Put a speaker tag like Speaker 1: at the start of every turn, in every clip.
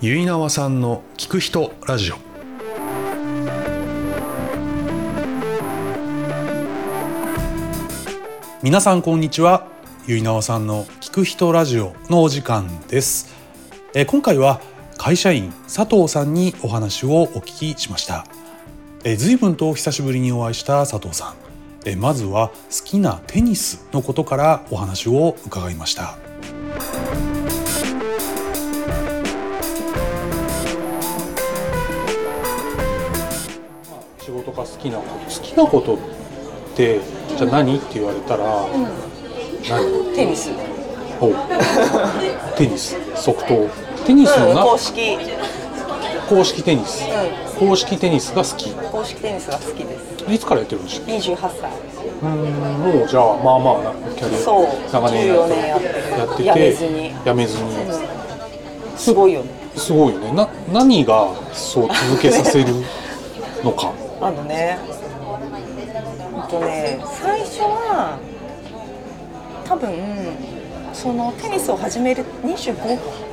Speaker 1: 結菜和さんの聞く人ラジオ皆さんこんにちは結菜和さんの聞く人ラジオのお時間ですえー今回は会社員佐藤さんにお話をお聞きしましたえー随分と久しぶりにお会いした佐藤さんえーまずは好きなテニスのことからお話を伺いました仕事が好きなこと好きなことってじゃあ何って言われたら、何
Speaker 2: テニス
Speaker 1: お テニス即答テニスのな、
Speaker 2: 公式、
Speaker 1: 公式テニス
Speaker 2: う
Speaker 1: 公式テニスが好き
Speaker 2: ん、公式テニスが好きです
Speaker 1: いつからやってるんでしょ
Speaker 2: 28歳
Speaker 1: うーんもうじゃあまあまあなキャリ
Speaker 2: そう
Speaker 1: ア長年やって
Speaker 2: 14年
Speaker 1: や
Speaker 2: や
Speaker 1: っ
Speaker 2: ってて
Speaker 1: て
Speaker 2: やめずに
Speaker 1: やめずに
Speaker 2: すごいよね
Speaker 1: すごいよねな何がそう続けさせる のか
Speaker 2: あのねあとね最初は多分そのテニスを始める25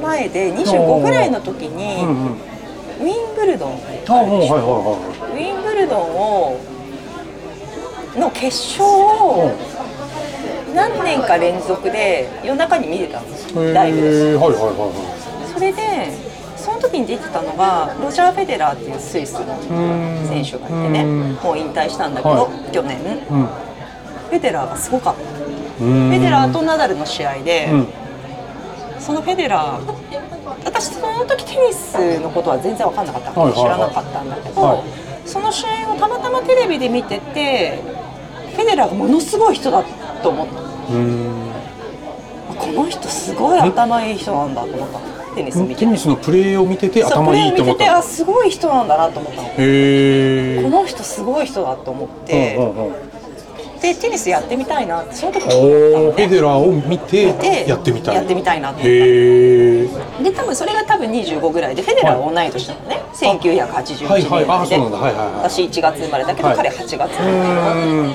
Speaker 2: 前で25ぐらいの時に
Speaker 1: うんうん
Speaker 2: ウィンブルドン
Speaker 1: あもうはいはいは
Speaker 2: ウィンブルドンをの決勝
Speaker 1: い
Speaker 2: を
Speaker 1: はい
Speaker 2: 何年か連続で夜中に見てたんです
Speaker 1: へ
Speaker 2: よ
Speaker 1: ー
Speaker 2: ライブで
Speaker 1: はいはいは
Speaker 2: それでその時に出てたのがロジャー・フェデラーっていうスイスの
Speaker 1: いはいうん
Speaker 2: 選手がいてね
Speaker 1: うん
Speaker 2: もう引退したんだけど、
Speaker 1: は
Speaker 2: 去年
Speaker 1: うん
Speaker 2: フェデラーがすごかった
Speaker 1: うーん
Speaker 2: フェデラーとナダルの試合で、
Speaker 1: うん
Speaker 2: そのフェデラー私その時テニスのことは全然分かんなかった、
Speaker 1: はいはいはい
Speaker 2: 知らなかったんだけど、
Speaker 1: はい
Speaker 2: その試合をたまたまテレビで見ててフェデラーがものすごい人だと思った
Speaker 1: うーん
Speaker 2: あこの人すごい頭いい人なんだと思ったテニス見て
Speaker 1: テニスのプレーを見てて
Speaker 2: そう
Speaker 1: 頭いいと思っ
Speaker 2: これを見てて
Speaker 1: た
Speaker 2: あすごい人なんだなと思ったの
Speaker 1: へえ
Speaker 2: この人すごい人だと思って、
Speaker 1: うんうんうん
Speaker 2: でテニスやってみたいなってその時
Speaker 1: おおフ
Speaker 2: 思
Speaker 1: ェ
Speaker 2: った
Speaker 1: デラーを見て
Speaker 2: ので
Speaker 1: やってみたい
Speaker 2: やってみたいなと思っ
Speaker 1: へえ
Speaker 2: たで多分それが多分25ぐらいでフェデラーは同い年なのね、1981
Speaker 1: はい
Speaker 2: 年
Speaker 1: はいあ
Speaker 2: 生ま
Speaker 1: そ
Speaker 2: れ
Speaker 1: う
Speaker 2: で、
Speaker 1: なんだはいはいはい
Speaker 2: 私1月生まれだけど、
Speaker 1: はい
Speaker 2: 彼8月生ま
Speaker 1: う
Speaker 2: れ、
Speaker 1: ーん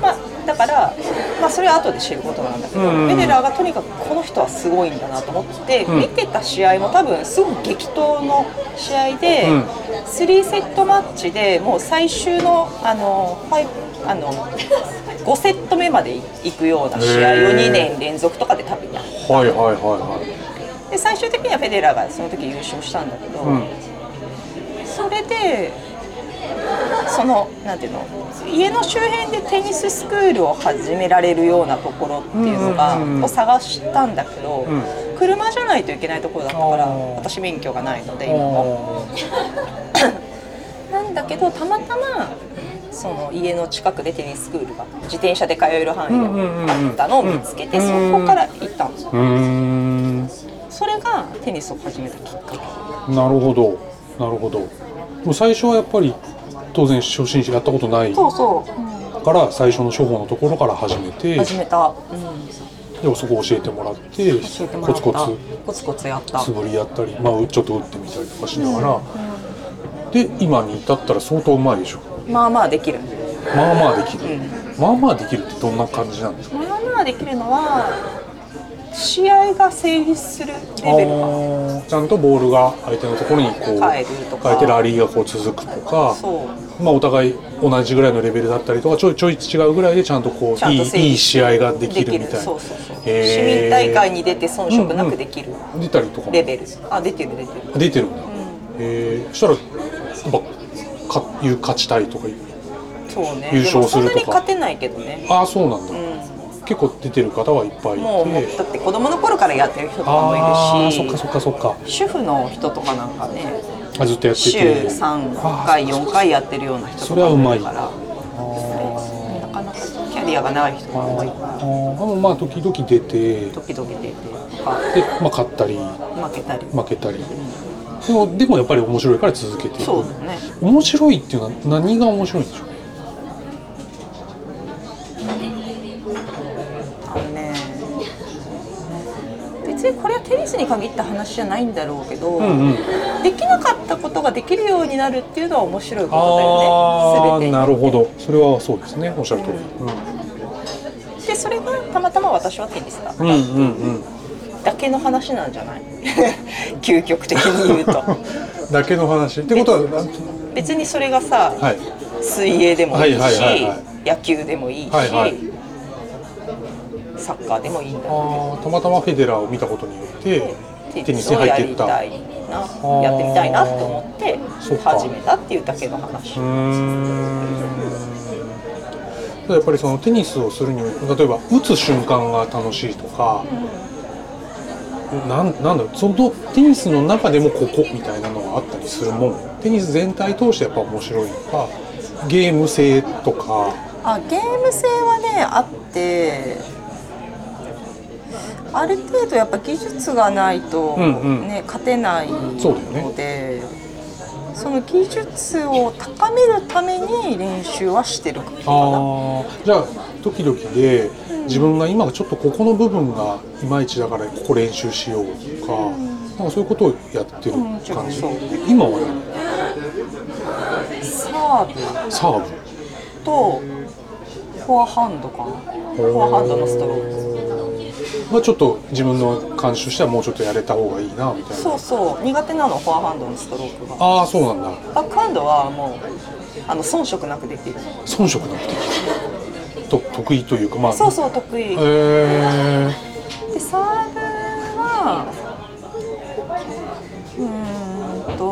Speaker 2: まあ、だから、まあ、それは後で知ることなんだけど、
Speaker 1: うん
Speaker 2: フェデラーがとにかくこの人はすごいんだなと思って、
Speaker 1: ん
Speaker 2: 見てた試合も多分すごく激闘の試合で、
Speaker 1: うん
Speaker 2: 3セットマッチでもう最終のあのファイあの5セット目まで行くような試合を
Speaker 1: へー
Speaker 2: 2年連続とかで多分やっ
Speaker 1: はいはいはいは
Speaker 2: で最終的にはフェデラーがその時優勝したんだけど、
Speaker 1: うん
Speaker 2: それでそのなんていうの家の周辺でテニススクールを始められるようなところっていうのが、
Speaker 1: うんうんうんうん
Speaker 2: を探したんだけど、
Speaker 1: ん
Speaker 2: 車じゃないといけないところだったから
Speaker 1: あー
Speaker 2: 私免許がないので
Speaker 1: い
Speaker 2: 今も
Speaker 1: おー
Speaker 2: なんだけどたまたまその家の近くでテニススクールが自転車で通える範囲
Speaker 1: うんうんうんうん
Speaker 2: のあったのを見つけて、
Speaker 1: うん
Speaker 2: そこから行ったんですよ
Speaker 1: うーんな
Speaker 2: それがテニスを始めたきっかけ
Speaker 1: るほどなるほどでも最初はやっぱり当然初心者やったことない
Speaker 2: そうそう、
Speaker 1: から最初の処方のところから始めて
Speaker 2: 始めた、うん、
Speaker 1: でそこ教えてもらって
Speaker 2: 教えても
Speaker 1: コ
Speaker 2: らっ
Speaker 1: ツ
Speaker 2: た
Speaker 1: コツ
Speaker 2: コツコツやった
Speaker 1: 素振りやったり、まあ、ちょっと打ってみたりとかしながら、で今に至ったら相当うまいでしょ
Speaker 2: まあまあできる
Speaker 1: まあまあできる、
Speaker 2: うん
Speaker 1: まあまあできるってどんな感じなんですか
Speaker 2: まあまあできるのは試合が成立するレベルが
Speaker 1: あーちゃんとボールが相手のところにこう
Speaker 2: 変えるとか
Speaker 1: 変えてラリーがこう続くとか
Speaker 2: そう
Speaker 1: まあ、お互い同じぐらいのレベルだったりとかちょいちょい違うぐらいでちゃんとこ
Speaker 2: ちゃ
Speaker 1: うんい
Speaker 2: と整理
Speaker 1: いいい試合ができ
Speaker 2: で
Speaker 1: るみ
Speaker 2: きる
Speaker 1: たいな
Speaker 2: そうそうそう
Speaker 1: へー
Speaker 2: 市民大会に出て遜色なくできる
Speaker 1: 出たりとかも
Speaker 2: レベル、あ出てる出てる
Speaker 1: 出てるんだ、えそしたらやっぱかいう勝ちたいとかいう
Speaker 2: そうね
Speaker 1: 優勝するとか
Speaker 2: でもそんなに勝てないけどね、
Speaker 1: ああそうなんだ、
Speaker 2: う
Speaker 1: 結構出てる方はいっぱいいて
Speaker 2: ん、もうもうだって子供の頃からやってる人とかも
Speaker 1: ああ
Speaker 2: い
Speaker 1: そっ
Speaker 2: る
Speaker 1: か
Speaker 2: し
Speaker 1: そっかそっか
Speaker 2: 主婦の人とかなんかね
Speaker 1: あずっとやって
Speaker 2: 週
Speaker 1: て
Speaker 2: 3回4回やってるような人とかもいるからなかなかキャリアが長い人が多い
Speaker 1: あーでもまあ時々出てで、
Speaker 2: 時々出てとか
Speaker 1: まあ、勝ったり
Speaker 2: 負けたり
Speaker 1: 負けたりでもでもやっぱり面白いから続けていく
Speaker 2: そうだね
Speaker 1: 面白いっていうのは何が面白いんでしょう
Speaker 2: あのね別にこれはテニスに限った話じゃないんだろうけど、
Speaker 1: うんうん
Speaker 2: できなかったことができるようになるっていうのは面白いことだ
Speaker 1: ああ
Speaker 2: よね全てに
Speaker 1: なるほどそれはそうですねおっしゃる通り
Speaker 2: でそれがたまたま私はテニスだった、
Speaker 1: うんうんうんうん
Speaker 2: だけの話なんじゃない 究極的に言 うと
Speaker 1: だけの話ってことはなんと
Speaker 2: 別にそれがさ、
Speaker 1: はい
Speaker 2: 水泳でもいいし、
Speaker 1: はいはいはいは
Speaker 2: 野球でもいいし、
Speaker 1: はいはい
Speaker 2: サッカーでもいいんだ
Speaker 1: あーたまたまフェデラーを見たことによって
Speaker 2: テ
Speaker 1: テニ
Speaker 2: ニ
Speaker 1: ス
Speaker 2: ス
Speaker 1: に
Speaker 2: を
Speaker 1: 入
Speaker 2: や
Speaker 1: ってい
Speaker 2: り
Speaker 1: った
Speaker 2: た
Speaker 1: う
Speaker 2: いなやってみたいなと思って
Speaker 1: そっか
Speaker 2: 始めたっていうだけの話
Speaker 1: ーんただやっぱりそのテニスをするにも例えば打つ瞬間が楽しいとか、なんなんだろうそのテニスの中でもここみたいなのがあったりするもんテニス全体通してやっぱ面白いとかゲーム性とか
Speaker 2: あゲーム性はねあってある程度やっぱ技術がないと、ね
Speaker 1: うんうん
Speaker 2: 勝てない
Speaker 1: そうだよね
Speaker 2: のでその技術を高めるために練習はしてるかな
Speaker 1: あーじゃあ時々で自分が今ちょっとここの部分がいまいちだからここ練習しようとか,、なんかそういうことをやってる
Speaker 2: うんちょっ
Speaker 1: 感
Speaker 2: と
Speaker 1: じ、
Speaker 2: そう
Speaker 1: 今は
Speaker 2: サーブ
Speaker 1: サーブ
Speaker 2: とフォアハンドかなフォアハンドのストローク
Speaker 1: まあちょっと自分の感触としてはもうちょっとやれた方がいいなみたいな
Speaker 2: そうそう苦手なのフォアハンドのストロークが
Speaker 1: ああそうなんだ
Speaker 2: バックハンドはもうあの遜色なくできる
Speaker 1: 遜色なくてと得意というかまあ
Speaker 2: そうそう得意
Speaker 1: へえ
Speaker 2: でサーブはうーんと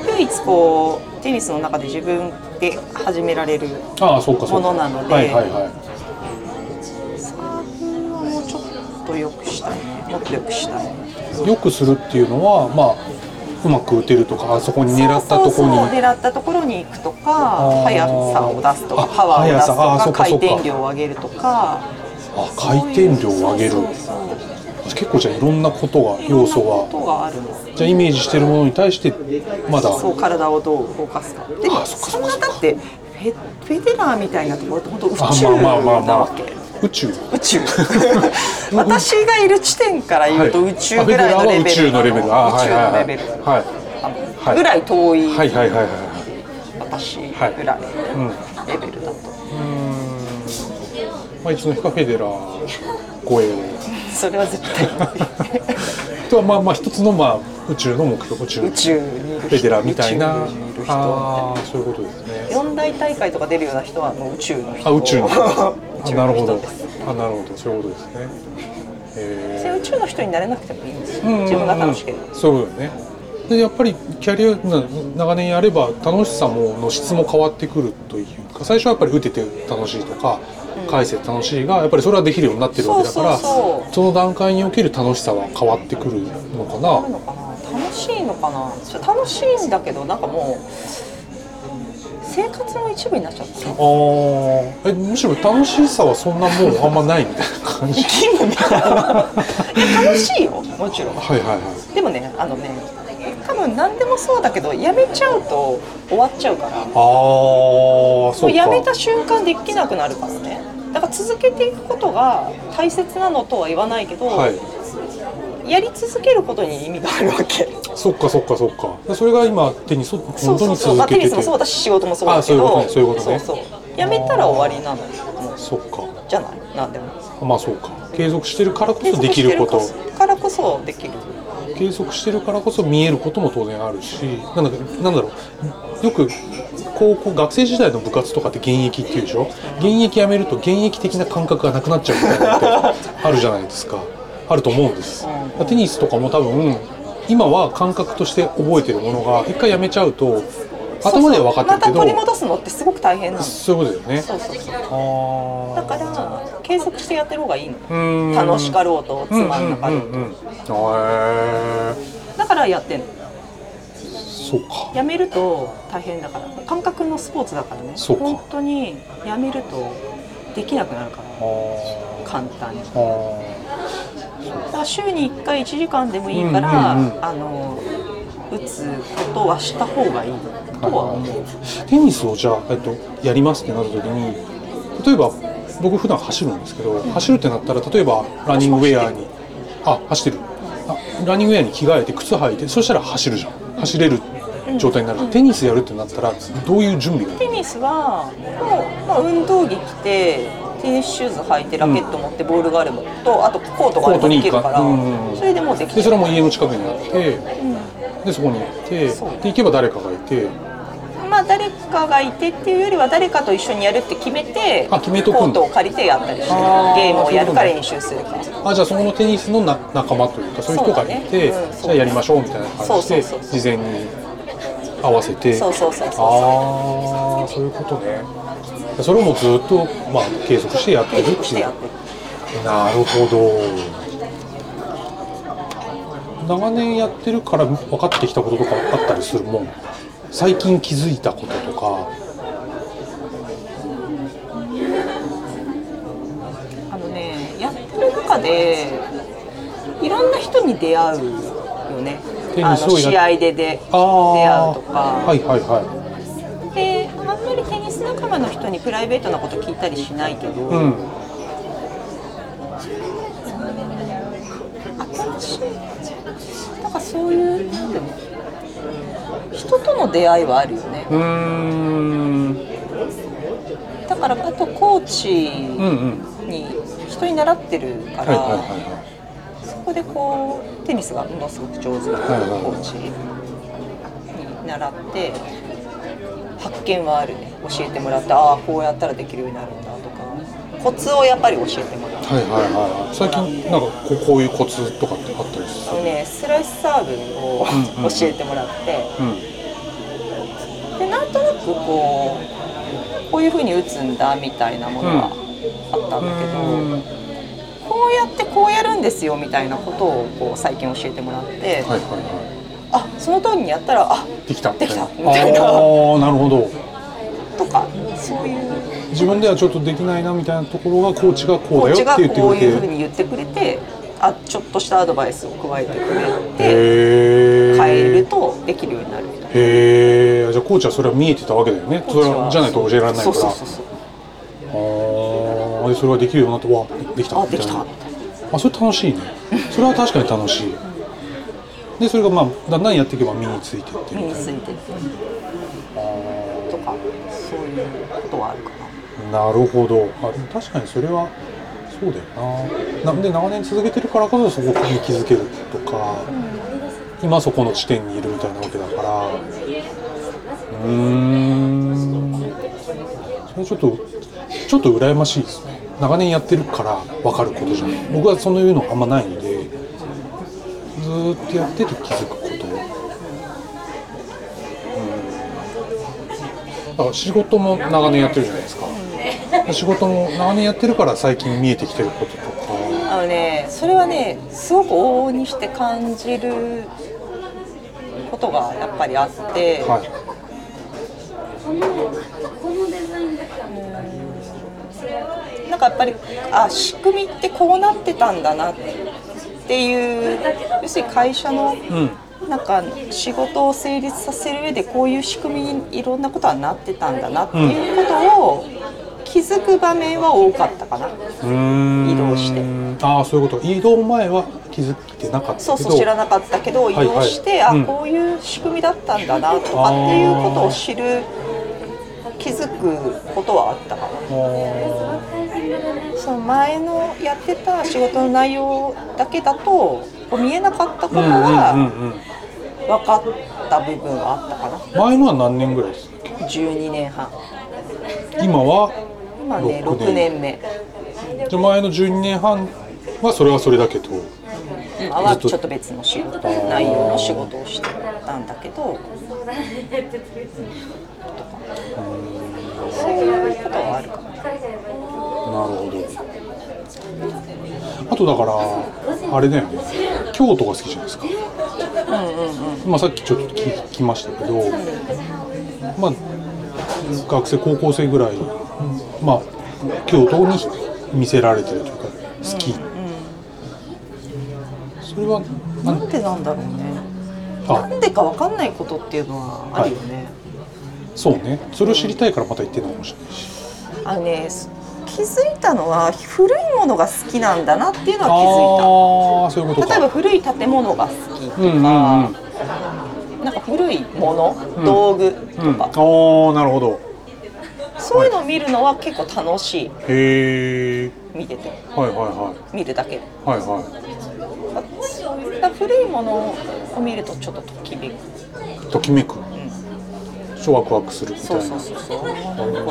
Speaker 2: うん唯一こうテニスの中で自分で始められる
Speaker 1: ああそうかそうか
Speaker 2: ものなので
Speaker 1: はいはいはい
Speaker 2: サーブはもうちょっと良くしたいねもっと良くしたい
Speaker 1: よくするっていうのはまあうまく打てるとかあそこに狙ったとこ
Speaker 2: そう
Speaker 1: ろに
Speaker 2: そうそう狙ったところに行くとか
Speaker 1: ー
Speaker 2: 速さを出すと
Speaker 1: あ
Speaker 2: かパワーを出すと
Speaker 1: 速さあー
Speaker 2: か
Speaker 1: そっか
Speaker 2: 回
Speaker 1: そっか
Speaker 2: 転量を上げるとか
Speaker 1: あ回転量を上げる
Speaker 2: そうそうそう
Speaker 1: 結構じゃあいろんなことが
Speaker 2: いろん
Speaker 1: 要
Speaker 2: な
Speaker 1: 素
Speaker 2: こ
Speaker 1: が
Speaker 2: とがあるの
Speaker 1: じゃあイメージしてるものに対してまだ
Speaker 2: そう体をどう動かすかでも
Speaker 1: あそっかそ
Speaker 2: そ
Speaker 1: っ
Speaker 2: ん
Speaker 1: か
Speaker 2: なだってフェフェデラーみたいなところって本当宇
Speaker 1: あ
Speaker 2: 宙
Speaker 1: まあまあまあま
Speaker 2: な
Speaker 1: あ
Speaker 2: わけ
Speaker 1: 宇宙
Speaker 2: 宇 宙私がいる地点から言うと
Speaker 1: はい
Speaker 2: 宇宙ぐらいのレベ
Speaker 1: あフェデラーは宇
Speaker 2: ル
Speaker 1: 宙のレベルあー
Speaker 2: 宇宙のレベル
Speaker 1: はいはいはいはい
Speaker 2: ぐらい遠い
Speaker 1: はいはいはいはい
Speaker 2: 私ぐらい
Speaker 1: うん
Speaker 2: レベルだと
Speaker 1: まあ、いつの日かフェデラー超えを
Speaker 2: それは絶対
Speaker 1: とはまあまあ一つのまあ宇宙の目標宇宙
Speaker 2: 宇宙にいる人
Speaker 1: フェデラーみたいな
Speaker 2: 宇宙にいる人
Speaker 1: ああそういうことですね
Speaker 2: 四大大会とか出るような人はもう宇宙の人
Speaker 1: あ宇宙の
Speaker 2: 宇
Speaker 1: あ
Speaker 2: 宙
Speaker 1: なる
Speaker 2: の
Speaker 1: ほど
Speaker 2: 人です
Speaker 1: あなるほどそういうことですねへ
Speaker 2: で宇宙の人になれなくてもいいんですよ自分が楽しければ
Speaker 1: うんそうだよねでやっぱりキャリアな長年やれば楽しさもの質も変わってくるというか最初はやっぱり打てて楽しいとか返せて楽しいがやっぱりそれはできるようになってるわけだから
Speaker 2: そうそうそ
Speaker 1: その段階における楽しさは変わってくるのかな
Speaker 2: あるのかな楽しいのかなちょ楽しいんだけどなんかもう生活の一部になっちゃった
Speaker 1: あーえむしろ楽しさはそんなもうあんまないみたいな感 じ
Speaker 2: 義務みたいないや楽しいよもちろん
Speaker 1: はいはいはい
Speaker 2: でもねあのね多分何でもそうだけどやめちゃうと終わっちゃうから
Speaker 1: ああそ
Speaker 2: も
Speaker 1: う
Speaker 2: う
Speaker 1: か
Speaker 2: やめた瞬間できなくなるからねだから続けていくことが大切なのとは言わないけど、
Speaker 1: はい
Speaker 2: やり続けることに意味があるわけ
Speaker 1: そっかそっかそっかでそれが今手にそ
Speaker 2: そう
Speaker 1: 本当
Speaker 2: そう
Speaker 1: に
Speaker 2: そう、まあ、
Speaker 1: 続け
Speaker 2: テ
Speaker 1: て
Speaker 2: ニ
Speaker 1: て
Speaker 2: スもそうだし仕事もそうだけ
Speaker 1: あ
Speaker 2: ど
Speaker 1: そういうことねそういうことね
Speaker 2: そうそうやめたら終わりなのよもう
Speaker 1: そっか
Speaker 2: じゃないなんでも
Speaker 1: まあそうか継続してるからこそできること
Speaker 2: だからこそできる
Speaker 1: 継続してるからこそ見えることも当然あるしなんだなんだろうよく高校学生時代の部活とかって現役っていうでしょ現役やめると現役的な感覚がなくなっちゃうみたいなのってあるじゃないですかあると思うんです
Speaker 2: う
Speaker 1: テニスとかも多分今は感覚として覚えてるものが一回やめちゃうと頭では分かってるけど
Speaker 2: そうそうまた取り戻すのってすごく大変なのそ
Speaker 1: そういうことだよね
Speaker 2: うそうそう
Speaker 1: あ
Speaker 2: だから継続してやってる方がいいの
Speaker 1: ー
Speaker 2: 楽しかろうとつ
Speaker 1: うんうん
Speaker 2: まんなかろうと、
Speaker 1: うんうんへー
Speaker 2: だからやってんの
Speaker 1: そうか
Speaker 2: やめると大変だから感覚のスポーツだからね
Speaker 1: そうか
Speaker 2: 本当にやめるとできなくなるから
Speaker 1: あー
Speaker 2: 簡単に
Speaker 1: あー
Speaker 2: だから週に1回1時間でもいいから、
Speaker 1: うんうんうん
Speaker 2: あの打つことはした方がいいとは思う、
Speaker 1: テニスをじゃあ、えっと、やりますってなった時に例えば僕普段走るんですけど、走るってなったら例えばランニングウェアにあ走ってるあランニングウェアに着替えて靴履いてそしたら走るじゃん走れる状態になる、テニスやるってなったらどういう準備が
Speaker 2: テニスはもう、まあ、運動着着て T テニスシューズ履いてラケット持ってボールがあればとあとコートがあれ
Speaker 1: コート
Speaker 2: ば
Speaker 1: に
Speaker 2: で
Speaker 1: 行
Speaker 2: き
Speaker 1: く
Speaker 2: る
Speaker 1: か
Speaker 2: から
Speaker 1: うん
Speaker 2: それでもうでき
Speaker 1: で
Speaker 2: る
Speaker 1: それも家の近くにあってでそこに行ってで
Speaker 2: そう
Speaker 1: 行けば誰かがいて
Speaker 2: まあ誰かがいてっていうよりは誰かと一緒にやるって決めて
Speaker 1: あ決めとくんだ
Speaker 2: コートを借りてやったりして
Speaker 1: あー
Speaker 2: ゲームをやるか
Speaker 1: そういうことね
Speaker 2: 練習するか
Speaker 1: あじゃあそこのテニスのな仲間というかそういう人がいて、
Speaker 2: そうだねうんそう
Speaker 1: じゃあやりましょうみたいな感じで
Speaker 2: そうそうそうそう
Speaker 1: 事前に合わせて
Speaker 2: そうそうそうそう
Speaker 1: ああそういうことねそれをもうずっと、まあ、継続してやってる
Speaker 2: 継
Speaker 1: って
Speaker 2: 続して
Speaker 1: いう
Speaker 2: やってる
Speaker 1: なるほど長年やってるから分かってきたこととかあったりするもん最近気づいたこととか
Speaker 2: あのねやってる中でいろんな人に出会うよね
Speaker 1: テニ
Speaker 2: あ
Speaker 1: ス
Speaker 2: の
Speaker 1: をや
Speaker 2: 試合でで
Speaker 1: ああ
Speaker 2: 出会うとか
Speaker 1: はいはいは
Speaker 2: であんまりテニス仲間の人にプライベートなこと聞いたりしないけど、
Speaker 1: いうん
Speaker 2: 新しいなんかそういうなんだろう人との出会いはあるよね
Speaker 1: うーん
Speaker 2: だからあとコーチ
Speaker 1: うんうん
Speaker 2: に人に習ってるか
Speaker 1: はいはいは
Speaker 2: ら、
Speaker 1: いはい
Speaker 2: そこでこうテニスがものすごく上手なコ
Speaker 1: はいはい
Speaker 2: ーチに習って発見はあるね教えてもらってああこうやったらできるようになるんだとかコツをやっぱり教えてもらう
Speaker 1: はいはいはい最近なんかこうこういうコツとかってあったりす
Speaker 2: あ
Speaker 1: る
Speaker 2: のねスライスサーブを
Speaker 1: うんうん
Speaker 2: 教えてもらって
Speaker 1: うん
Speaker 2: でなんとなくこうこういう風に打つんだみたいなものがあったんだけど、
Speaker 1: うん
Speaker 2: こうやってこうやるんですよみたいなことをこう最近教えてもらって、
Speaker 1: はいはいは
Speaker 2: あその通りにやったらあ
Speaker 1: いできた
Speaker 2: できた
Speaker 1: あ
Speaker 2: みたいな
Speaker 1: ーなるほど
Speaker 2: とかそういう
Speaker 1: 自分ではちょっとできないなみたいなところがコーチがこ
Speaker 2: コ
Speaker 1: う
Speaker 2: ー
Speaker 1: だ
Speaker 2: チ
Speaker 1: よ
Speaker 2: が
Speaker 1: って言って
Speaker 2: こうい
Speaker 1: く
Speaker 2: う風
Speaker 1: れて
Speaker 2: に言ってくれてあちょっとしたアドバイスを加えてくれて
Speaker 1: へー
Speaker 2: 変えるとできるようになるみたいな。
Speaker 1: へえじゃあコーチはそれは見えてたわけだよねそれはじゃないと教えられないか
Speaker 2: そう
Speaker 1: ら
Speaker 2: そうそうそう
Speaker 1: ああでそれができるようになってわできた
Speaker 2: あできた
Speaker 1: みいなあそれ楽 しいねそれは確かに楽しいでそれがまあだんだんやっていけば身についてって
Speaker 2: 身
Speaker 1: み
Speaker 2: に
Speaker 1: たい
Speaker 2: ついてるとかそういうことはあるかな。
Speaker 1: ななるほどあでも確かにそれはそうだよななんで長年続けてるからこそそこに気づけるとか、今そこの地点にいるみたいなわけだからうーんそれちょっとちょっと羨ましいですね長年やってるから分かることじゃない僕はそのいうのあんまないのでずーっとやってて気づくことだから仕事も長年やってるじゃないですか、仕事も長年やってるから最近見えてきてることとか
Speaker 2: あのねそれはねすごく往々にして感じることがやっぱりあって、
Speaker 1: は
Speaker 2: なんかやっぱりあ仕組みってこうなってたんだなっていう要するに会社の
Speaker 1: い、うん、
Speaker 2: なんか仕事を成立させる上でこういう仕組みにいろんなことはなってたんだなっていうことを気づく場面は多かったかな。
Speaker 1: 移
Speaker 2: 移動して
Speaker 1: ああそういうこと移動前は気づいてなかったけど
Speaker 2: そうそう知らなかったけど移動して、
Speaker 1: はいはいうん
Speaker 2: あこういう仕組みだったんだなとかっていうことを知る気づくことはあったかな
Speaker 1: あー
Speaker 2: その前のやってた仕事の内容だけだとこう見えなかったこと
Speaker 1: うんうん
Speaker 2: は
Speaker 1: うんうん
Speaker 2: 分かった部分はあったかな
Speaker 1: 前のは何年ぐらいですか
Speaker 2: 12年半
Speaker 1: 今は
Speaker 2: 今ね
Speaker 1: 六
Speaker 2: 6年目
Speaker 1: じゃあ前の12年半はそれはそれだけど
Speaker 2: 今はちょっと別の仕事内容の仕事をしてたんだけどそういうことはあるかな
Speaker 1: なるほどあとだからあれだよね京都が好きじゃないですか、まあ、さっきちょっと聞聞きましたけど、まあ、学生高校生ぐらい、まあ、京都に見せられてるというか好き、それは
Speaker 2: なんでなんだろうね
Speaker 1: あ
Speaker 2: なんでかわかんないことっていうのはあるよね。
Speaker 1: そうねそれを知りたいからまた行ってないかもしれないし
Speaker 2: あのねす気づいたのは古いものが好きなんだなっていうのは
Speaker 1: ああそういう
Speaker 2: 気づ
Speaker 1: こと
Speaker 2: いた。
Speaker 1: か
Speaker 2: 例えば古い建物が好きとか、
Speaker 1: うんうんうんあ
Speaker 2: なんか古いもの、道具と
Speaker 1: あ
Speaker 2: か、
Speaker 1: ーなるほど
Speaker 2: そういうのを見るのは結構楽しい
Speaker 1: へえ
Speaker 2: 見てて
Speaker 1: はいはいはい
Speaker 2: 見るだけで
Speaker 1: はいは
Speaker 2: だだ古いものを見るとちょっとときめく、
Speaker 1: いときめく
Speaker 2: うん、
Speaker 1: ちょワクワクするみたい
Speaker 2: そう
Speaker 1: な
Speaker 2: そうそうそうこれみたい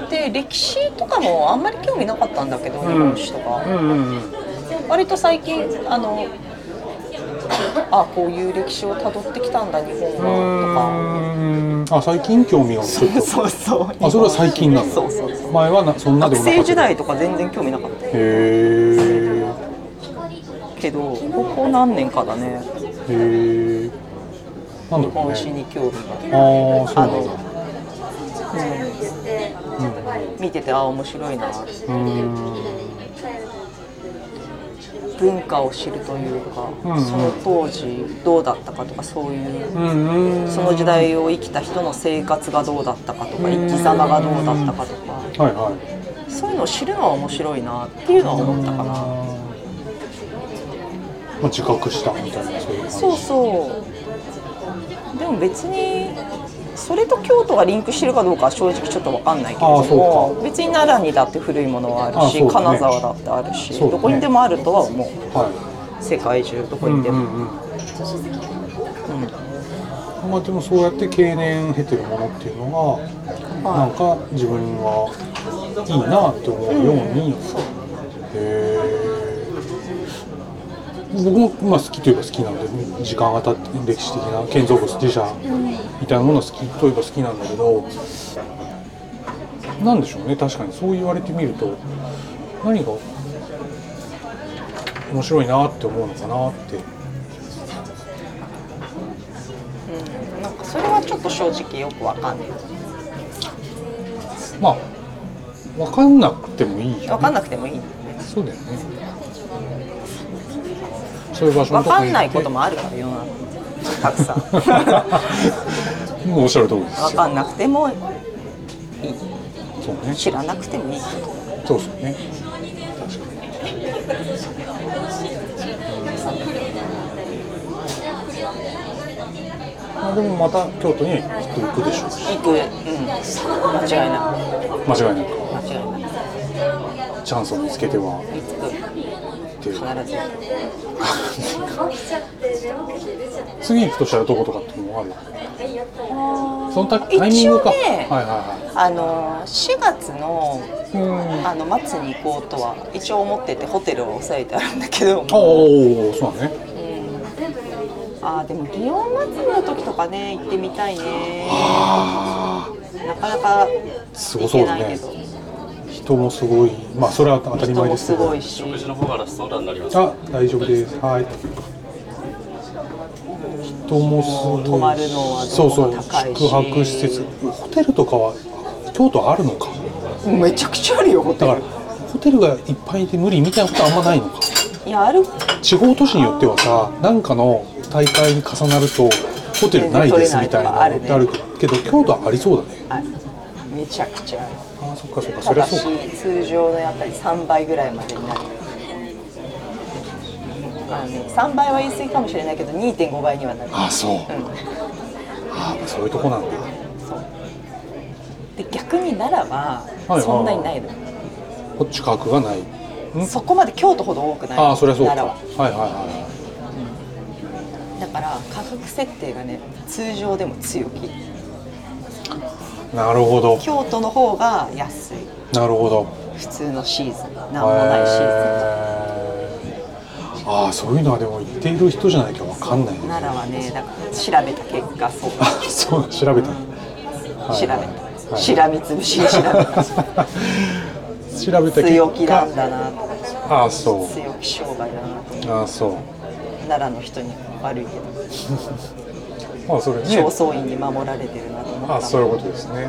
Speaker 2: なで歴史とかもあんまり興味なかったんだけど、日本史とか、
Speaker 1: うんうんうん
Speaker 2: 割と最近あのあこういう歴史をたどってきたんだ日本
Speaker 1: う
Speaker 2: は
Speaker 1: ーんあ最近興味がちょ
Speaker 2: と
Speaker 1: っと
Speaker 2: かそうそう
Speaker 1: あそれは最近なの
Speaker 2: そうそうそう
Speaker 1: 前はなそんなで
Speaker 2: 学
Speaker 1: もなか
Speaker 2: 生
Speaker 1: った
Speaker 2: 時代とか全然興味なかった
Speaker 1: へえ
Speaker 2: けどここ何年かだね
Speaker 1: へえなんだろ
Speaker 2: 日
Speaker 1: う
Speaker 2: 本史
Speaker 1: ね
Speaker 2: に興味が、
Speaker 1: ああそうなんだ
Speaker 2: 見ててあ面白いな
Speaker 1: うーん
Speaker 2: 文化を知るというか、
Speaker 1: んうん
Speaker 2: その当時どうだったかとかそういう、
Speaker 1: うんうん
Speaker 2: その時代を生きた人の生活がどうだったかとか、生き様がどうだったかとか、
Speaker 1: はいはい
Speaker 2: そういうのを知るのは面白いなっていうのは思ったかな。
Speaker 1: まあ自覚したみたいなそういう感じ
Speaker 2: そうそうでも別にそれと京都がリンクしてるかどうかは正直ちょっとわかんないけれど
Speaker 1: あーそ
Speaker 2: も別に奈良にだって古いものはあるし
Speaker 1: あーそうだね
Speaker 2: 金沢だってある
Speaker 1: そ
Speaker 2: し、
Speaker 1: うだね
Speaker 2: どこにでもあるとは思う
Speaker 1: は
Speaker 2: 世界中ど
Speaker 1: い
Speaker 2: こにでも、
Speaker 1: うんうんうん
Speaker 2: うん
Speaker 1: まあでもそうやって経年経てるものっていうのが、
Speaker 2: はい
Speaker 1: なんか自分はいいなって思うように、へえ僕もまあ好きといえば好きなんで時間が経って歴史的な建造物自社みたいなものは好きといえば好きなんだけどなんでしょうね確かにそう言われてみると何が面白いなって思うのかなって
Speaker 2: うんなんかそれはちょっと正直よくわかんない
Speaker 1: まあ分かんなくてもいいよね
Speaker 2: わかんなくてもいい
Speaker 1: そうだよね。そういう場所の
Speaker 2: わ
Speaker 1: とこに行っ
Speaker 2: か
Speaker 1: て
Speaker 2: んないこと。もあるから世の中たくさ ん
Speaker 1: もうおっしゃる通りですよ。
Speaker 2: わかんなくても
Speaker 1: そうね。
Speaker 2: 知らなくてもいいこと
Speaker 1: そうですよね。確かに。まあ、でもまた京都にはきっと行くでしょうし、
Speaker 2: 行く、うん、間違いな
Speaker 1: 間違いなく
Speaker 2: い間違いない
Speaker 1: チャンスを見つけては
Speaker 2: 行
Speaker 1: っていう
Speaker 2: く必ず
Speaker 1: 次行くとしたらどことかっていうのもあるそのタ
Speaker 2: 一応ね
Speaker 1: タイミングか、はいは
Speaker 2: あの4月の
Speaker 1: いはいうん
Speaker 2: あの末に行こうとは一応思っててホテルを押さえてあるんだけども
Speaker 1: おおそうだね
Speaker 2: あーでも祇園祭りの時とかね行ってみたいね
Speaker 1: ああ
Speaker 2: なかなか
Speaker 1: すご
Speaker 2: 行
Speaker 1: そう
Speaker 2: け
Speaker 1: だ
Speaker 2: な
Speaker 1: ね
Speaker 2: いけど
Speaker 1: 人もすごいまあそれは当たり
Speaker 2: 人
Speaker 1: 前で
Speaker 2: も
Speaker 1: す
Speaker 2: す
Speaker 1: けど
Speaker 2: ごいし
Speaker 3: 食事の方がラストオーダーになります。
Speaker 1: あ大丈夫ですはい人もすごい
Speaker 2: 泊まるのは
Speaker 1: そうそ
Speaker 2: どこ
Speaker 1: う
Speaker 2: も高いし
Speaker 1: 宿泊施設ホテルとかは京都あるのか
Speaker 2: めちゃくちゃあるよホテ
Speaker 1: だから
Speaker 2: ル
Speaker 1: ホテルがいっぱいいて無理みたいなことはあんまないのか
Speaker 2: いやある
Speaker 1: 地方都市によってはさなんかの大会に重なるとホテルないですみたいなのってあるけど京都はありそうだね
Speaker 2: あるめちゃくちゃある
Speaker 1: あそっかそっかそ
Speaker 2: た
Speaker 1: りゃ
Speaker 2: だ
Speaker 1: そう
Speaker 2: し
Speaker 1: か
Speaker 2: 通常のやっぱり3倍ぐらいまでになるあの、ね、3倍は言い過ぎかもしれないけど2.5倍にはなる
Speaker 1: あそう
Speaker 2: う
Speaker 1: あそういうとこなんだ
Speaker 2: んそうで逆に奈良
Speaker 1: はい
Speaker 2: はそんなにないの、
Speaker 1: こっち価格がない
Speaker 2: そこまで京都ほど多くない
Speaker 1: ああそりゃそうか
Speaker 2: 奈
Speaker 1: は
Speaker 2: 良
Speaker 1: いはいはい
Speaker 2: はだから価格設定がね通常でも強気
Speaker 1: はいなるほど
Speaker 2: 京都の方が安い
Speaker 1: なるほど
Speaker 2: 普通のシーズンなん
Speaker 1: へ
Speaker 2: もないシーズン
Speaker 1: ーああそういうのはでも言っている人じゃないかわかんないね
Speaker 2: 奈良はねだから調べた結果そう
Speaker 1: あそう調べた、は
Speaker 2: 調べ
Speaker 1: い
Speaker 2: た、
Speaker 1: はい
Speaker 2: しらみつぶしに調べ た
Speaker 1: 調べた
Speaker 2: 強気なんだなと
Speaker 1: ああそ
Speaker 2: 強気商売だなと
Speaker 1: うああそう
Speaker 2: 奈良の人に悪いけど
Speaker 1: まあそれね
Speaker 2: 正倉院に守られてるなと思った
Speaker 1: ああそういうことですね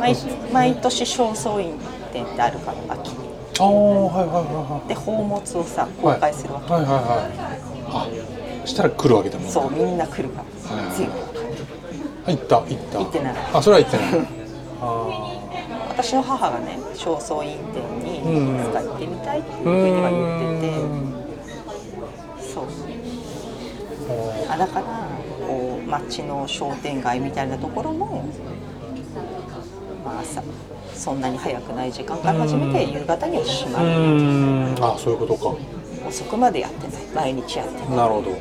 Speaker 2: 毎毎年正倉院展ってあるから秋に
Speaker 1: ああはいはいは
Speaker 2: で宝物を
Speaker 1: い
Speaker 2: さ
Speaker 1: はい
Speaker 2: 公開するわけ、
Speaker 1: はいはいはいあしたら来るわけだもんね
Speaker 2: そうみんな来るか
Speaker 1: は
Speaker 2: ら
Speaker 1: い
Speaker 2: 全部
Speaker 1: あ行った行った行
Speaker 2: ってない
Speaker 1: あそれは行って ないああ
Speaker 2: 私の母がね正倉院展にい
Speaker 1: うん
Speaker 2: つか行ってみたいっていうふ
Speaker 1: う
Speaker 2: うには言
Speaker 1: ん
Speaker 2: っててそうあだからこう町の商店街みたいなところもあ朝そんなに早くない時間から始めて
Speaker 1: うん
Speaker 2: 夕方におしま
Speaker 1: う
Speaker 2: い、
Speaker 1: ーんあそういうことか
Speaker 2: 遅くまでやってない毎日やってない
Speaker 1: なるほど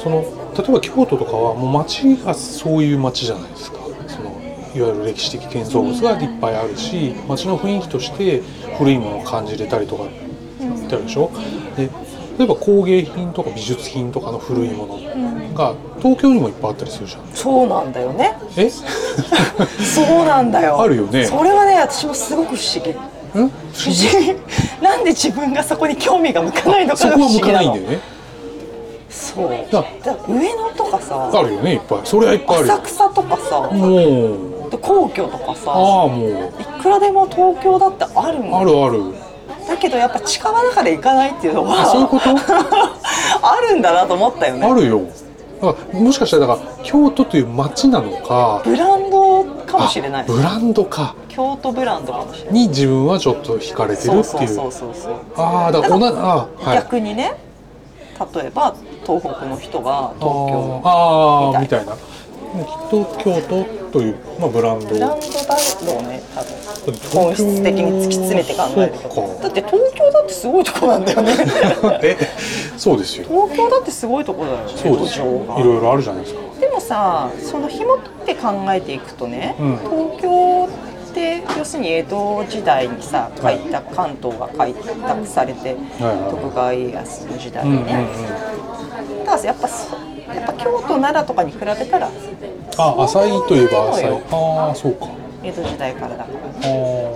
Speaker 1: その例えば京都とかはもう町がそういう町じゃないですかそのいわゆる歴史的建造物がいっぱいあるし町の雰囲気として古いものを感じれたりとかってあるでしょで例えば工芸品とか美術品とかの古いものが東京にもいっぱいあったりするじゃん
Speaker 2: そうなんだよね
Speaker 1: え
Speaker 2: そうなんだよ
Speaker 1: あるよね
Speaker 2: それはね私もすごく不思議
Speaker 1: ん
Speaker 2: 不思議 なんで自分がそこに興味が向かないの
Speaker 1: そ
Speaker 2: かが
Speaker 1: こ
Speaker 2: 不
Speaker 1: は
Speaker 2: 思
Speaker 1: 向か
Speaker 2: 議
Speaker 1: な
Speaker 2: ない
Speaker 1: ん
Speaker 2: の
Speaker 1: だよね
Speaker 2: そう
Speaker 1: だ
Speaker 2: だから上野とかさ
Speaker 1: あるよねいっぱいそれはいっぱいある
Speaker 2: 浅
Speaker 1: よ
Speaker 2: 草とかさ
Speaker 1: もう
Speaker 2: で皇居とかさ
Speaker 1: ああもう
Speaker 2: いくらでも東京だってあるもん
Speaker 1: あるある
Speaker 2: だけどやっぱ近場だから行かないっていうのは
Speaker 1: あそういうこと
Speaker 2: あるんだなと思ったよね
Speaker 1: あるよだからもしかしたらだから京都という町なのか
Speaker 2: ブランドかもしれない
Speaker 1: あブランドか
Speaker 2: 京都ブランドかもしれない
Speaker 1: に自分はちょっと惹かれてるってい
Speaker 2: そううそうそうそうそう
Speaker 1: ああだから同じあーはい
Speaker 2: 逆にね例えば東北の人が東京
Speaker 1: あーあーみ
Speaker 2: み
Speaker 1: たいなきっと京都という、まあ、ブランド
Speaker 2: ブランドだろうね多分本
Speaker 1: 本
Speaker 2: 質的に突き詰めて考える
Speaker 1: そ
Speaker 2: とだって東京だってすごいとこなんだ よね
Speaker 1: うかえそうですよ
Speaker 2: 東京だってすごいとこだよね
Speaker 1: そうですよ
Speaker 2: 土壌が
Speaker 1: いろいろあるじゃないですか
Speaker 2: でもさその紐取って考えていくとね、
Speaker 1: うん
Speaker 2: 東京って要するに江戸時代にさ
Speaker 1: は
Speaker 2: 開
Speaker 1: い
Speaker 2: 拓、関東が開拓されて、
Speaker 1: はいはい
Speaker 2: 徳川家康の時代
Speaker 1: うんうん
Speaker 2: に
Speaker 1: うん
Speaker 2: ね、ただやっぱそやっぱ京都奈良とかに比べたら
Speaker 1: あ浅いといえば浅い
Speaker 2: そう
Speaker 1: ああそうか
Speaker 2: 江戸時代からだ
Speaker 1: あ
Speaker 2: から
Speaker 1: ー、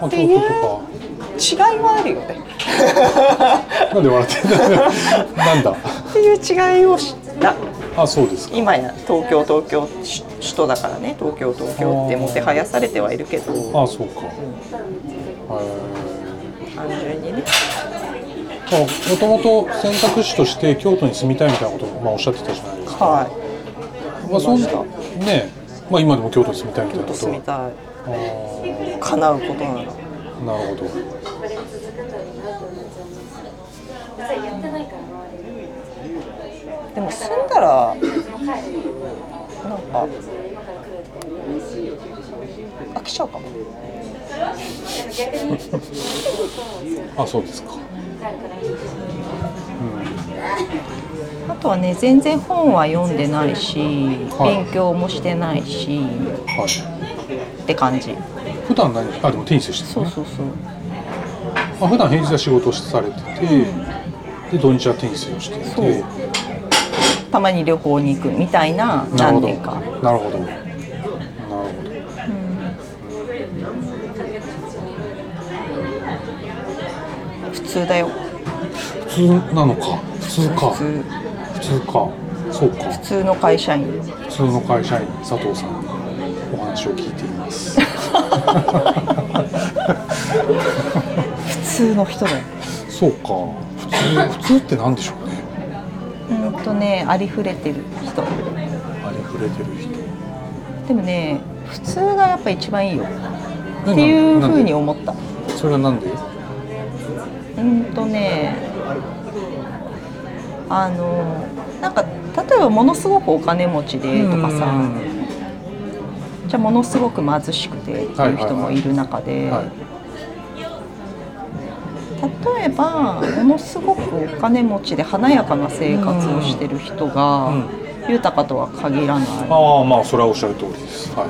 Speaker 1: まあ、
Speaker 2: てい
Speaker 1: 京
Speaker 2: う
Speaker 1: 都とか
Speaker 2: 違いはあるよね
Speaker 1: なんで笑ってんだ なんだ
Speaker 2: っていう違いを知った
Speaker 1: あそうですか
Speaker 2: 今や東京東京し首都だからね東京東京ってもてはやされてはいるけど
Speaker 1: あそうかへ
Speaker 2: 単純にね
Speaker 1: えもともと選択肢として京都に住みたいみたいなことを、まあ、おっしゃってたじゃないですか、
Speaker 2: はい
Speaker 1: まあ、そん
Speaker 2: そう
Speaker 1: ねまあ、今でも京都に住みたいみたい
Speaker 2: 京
Speaker 1: なこ
Speaker 2: 都
Speaker 1: と
Speaker 2: 住み
Speaker 1: は
Speaker 2: たい
Speaker 1: あー
Speaker 2: 叶うことなら
Speaker 1: なるほど
Speaker 2: でも住んだらなんか飽きちゃうかも
Speaker 1: あそうですか
Speaker 2: あとはね全然本は読んでないし、
Speaker 1: はい
Speaker 2: 勉強もしてないし
Speaker 1: はい
Speaker 2: って感じ
Speaker 1: 普段何あでもテニスしてる
Speaker 2: そ
Speaker 1: ね
Speaker 2: うそうそう
Speaker 1: あ普段平日は仕事をされてて、で土日はテニスをしていて
Speaker 2: そうたまに旅行に行くみたいな
Speaker 1: なるほ
Speaker 2: 何
Speaker 1: ど
Speaker 2: 年か
Speaker 1: なるほどなるほど
Speaker 2: 普通だよ
Speaker 1: 普通なのか普通か
Speaker 2: 普通
Speaker 1: 普通かそうか
Speaker 2: 普通の会社員
Speaker 1: 普通の会社員佐藤さんにお話を聞いています
Speaker 2: 普通の人だよ
Speaker 1: そうか 普通普通って何でしょうね
Speaker 2: うんとねありふれてる人
Speaker 1: ありふれてる人
Speaker 2: でもね普通がやっぱ一番いいよっ
Speaker 1: え
Speaker 2: ていう
Speaker 1: な
Speaker 2: ふ
Speaker 1: ん
Speaker 2: う
Speaker 1: で
Speaker 2: に思った
Speaker 1: それはなんで
Speaker 2: うんとねあのなんか例えばものすごくお金持ちでとかさ、
Speaker 1: うん
Speaker 2: じゃあものすごく貧しくてっていう人もいる中で、
Speaker 1: はい
Speaker 2: 例えばものすごくお金持ちで華やかな生活をしてる人が、豊かとは限らない
Speaker 1: ああまあそれはおっしゃる通りですはい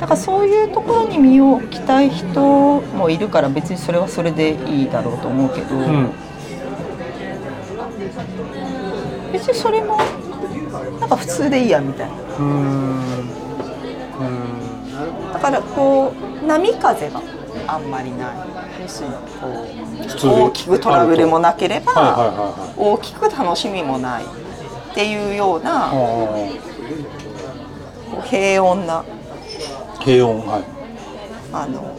Speaker 2: だからそういうところに身を置きたい人もいるから別にそれはそれでいいだろうと思うけど、
Speaker 1: うん
Speaker 2: 別にそれもなんか普通でいいやみたいな。
Speaker 1: うーん
Speaker 2: だからこう波風があんまりない要するにこ
Speaker 1: うーん普
Speaker 2: う
Speaker 1: 通で
Speaker 2: 大きくトラブルもなければ、
Speaker 1: はいはいはいはい
Speaker 2: 大きく楽しみもないっていうよう
Speaker 1: あ
Speaker 2: な
Speaker 1: あ
Speaker 2: こう平穏な
Speaker 1: 軽音はい
Speaker 2: あの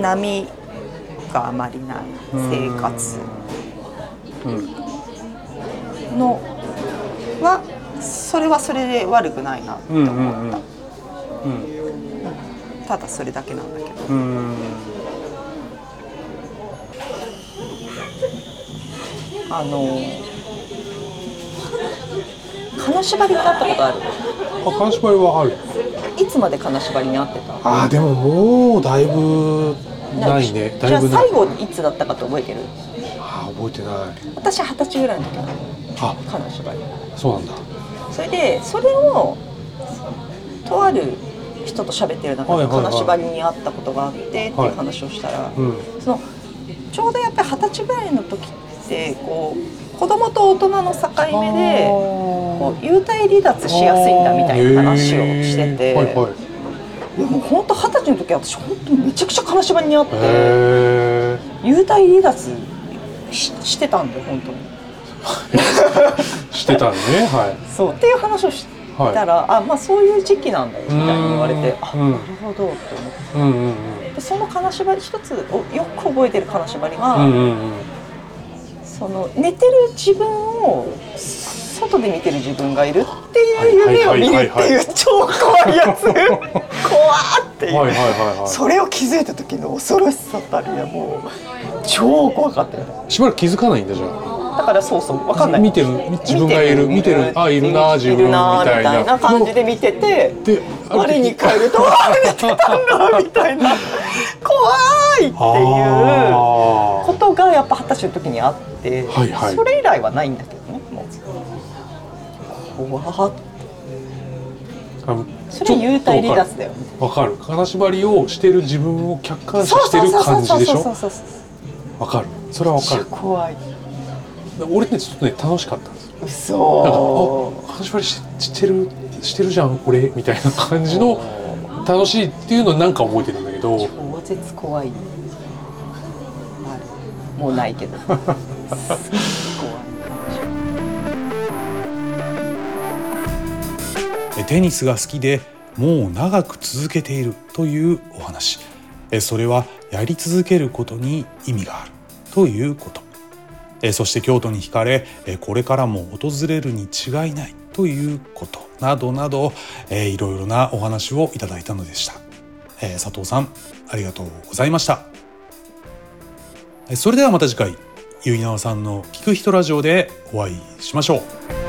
Speaker 2: 波があまりない生活
Speaker 1: うん
Speaker 2: のはそれはそれで悪くないなって
Speaker 1: うんう
Speaker 2: 思う、
Speaker 1: んうんうん
Speaker 2: ただそれだけなんだけど
Speaker 1: うーん
Speaker 2: あの金縛りってあったことある
Speaker 1: あ金縛りはある
Speaker 2: いつまで金縛りにあってた
Speaker 1: ああでももうだいぶないね
Speaker 2: じ
Speaker 1: だ
Speaker 2: ゃ
Speaker 1: い
Speaker 2: あ
Speaker 1: ぶない
Speaker 2: 最後いつだったかって覚えてる
Speaker 1: ああ覚えてない
Speaker 2: 私二十歳ぐらいの時なの
Speaker 1: あ
Speaker 2: 金縛り
Speaker 1: そうなんだ
Speaker 2: それでそれをとある人と喋ってる中
Speaker 1: はい
Speaker 2: で
Speaker 1: はいはい
Speaker 2: 金縛りにあったことがあってっていう
Speaker 1: はい
Speaker 2: 話をしたら、
Speaker 1: うん
Speaker 2: そのちょうどやっぱり二十歳ぐらいの時ってこう子供と大人の境目でこう幽体離脱しやすいんだみたいな話をしてて、
Speaker 1: へーはいはい
Speaker 2: いやもう本当二十歳の時は私本当にめちゃくちゃ金縛りにあって
Speaker 1: へえ
Speaker 2: 幽体離脱ししてたんだよ本当に。
Speaker 1: してたねは
Speaker 2: そうっていう話をしたら、あまあそういう時期なんだよみたいに言われて
Speaker 1: う
Speaker 2: あ
Speaker 1: ん
Speaker 2: なるほどって思って
Speaker 1: いうんうん
Speaker 2: でその金縛り一つをよく覚えてる金縛りが、
Speaker 1: うんうんうんうん
Speaker 2: その寝てる自分を外で見てる自分がいるっていう夢を見るって
Speaker 1: はいはいはい
Speaker 2: い
Speaker 1: は
Speaker 2: う超怖いやつ怖ーっていう、
Speaker 1: はいはいはいは
Speaker 2: それを気づいた時の恐ろしさたるやもう超怖かったよ
Speaker 1: いしばらく気づかないんだじゃあ
Speaker 2: だからそうそう分かんない
Speaker 1: 見てる自分がいる見てるあいるな自分み
Speaker 2: な
Speaker 1: たいな
Speaker 2: みたいな感じで見てて
Speaker 1: である
Speaker 2: 我
Speaker 1: 時
Speaker 2: に返るとあ見てたんだみたいな怖いっていう
Speaker 1: あ
Speaker 2: こ
Speaker 1: ー
Speaker 2: とがやっぱ二十歳の時にあって、
Speaker 1: はいはい
Speaker 2: それ以来はないんだけどねもう怖っ
Speaker 1: あの
Speaker 2: そ
Speaker 1: ち
Speaker 2: れ
Speaker 1: ょっと
Speaker 2: 幽体離脱だよ
Speaker 1: わかる金縛りをしてる自分を客観視してる感じでしょ
Speaker 2: そうそう
Speaker 1: わかるそれはわか
Speaker 2: そう
Speaker 1: る
Speaker 2: 怖い
Speaker 1: 俺ねちょっとね楽しかったんですよなんか
Speaker 2: 嘘
Speaker 1: あ金縛りししてるしてるじゃん俺みたいな感じの楽しいっていうのをなんか覚えてるんだけど
Speaker 2: 超絶怖いあるもうないけどすっごい怖い
Speaker 1: えテニスが好きでもう長く続けているというお話えそれはやり続けることに意味があるということえそして京都に惹かれえこれからも訪れるに違いないということなどなどえいろいろなお話をいただいたのでしたえ佐藤さんありがとうございましたえそれではまた次回結菜さんの「聞く人ラジオ」でお会いしましょう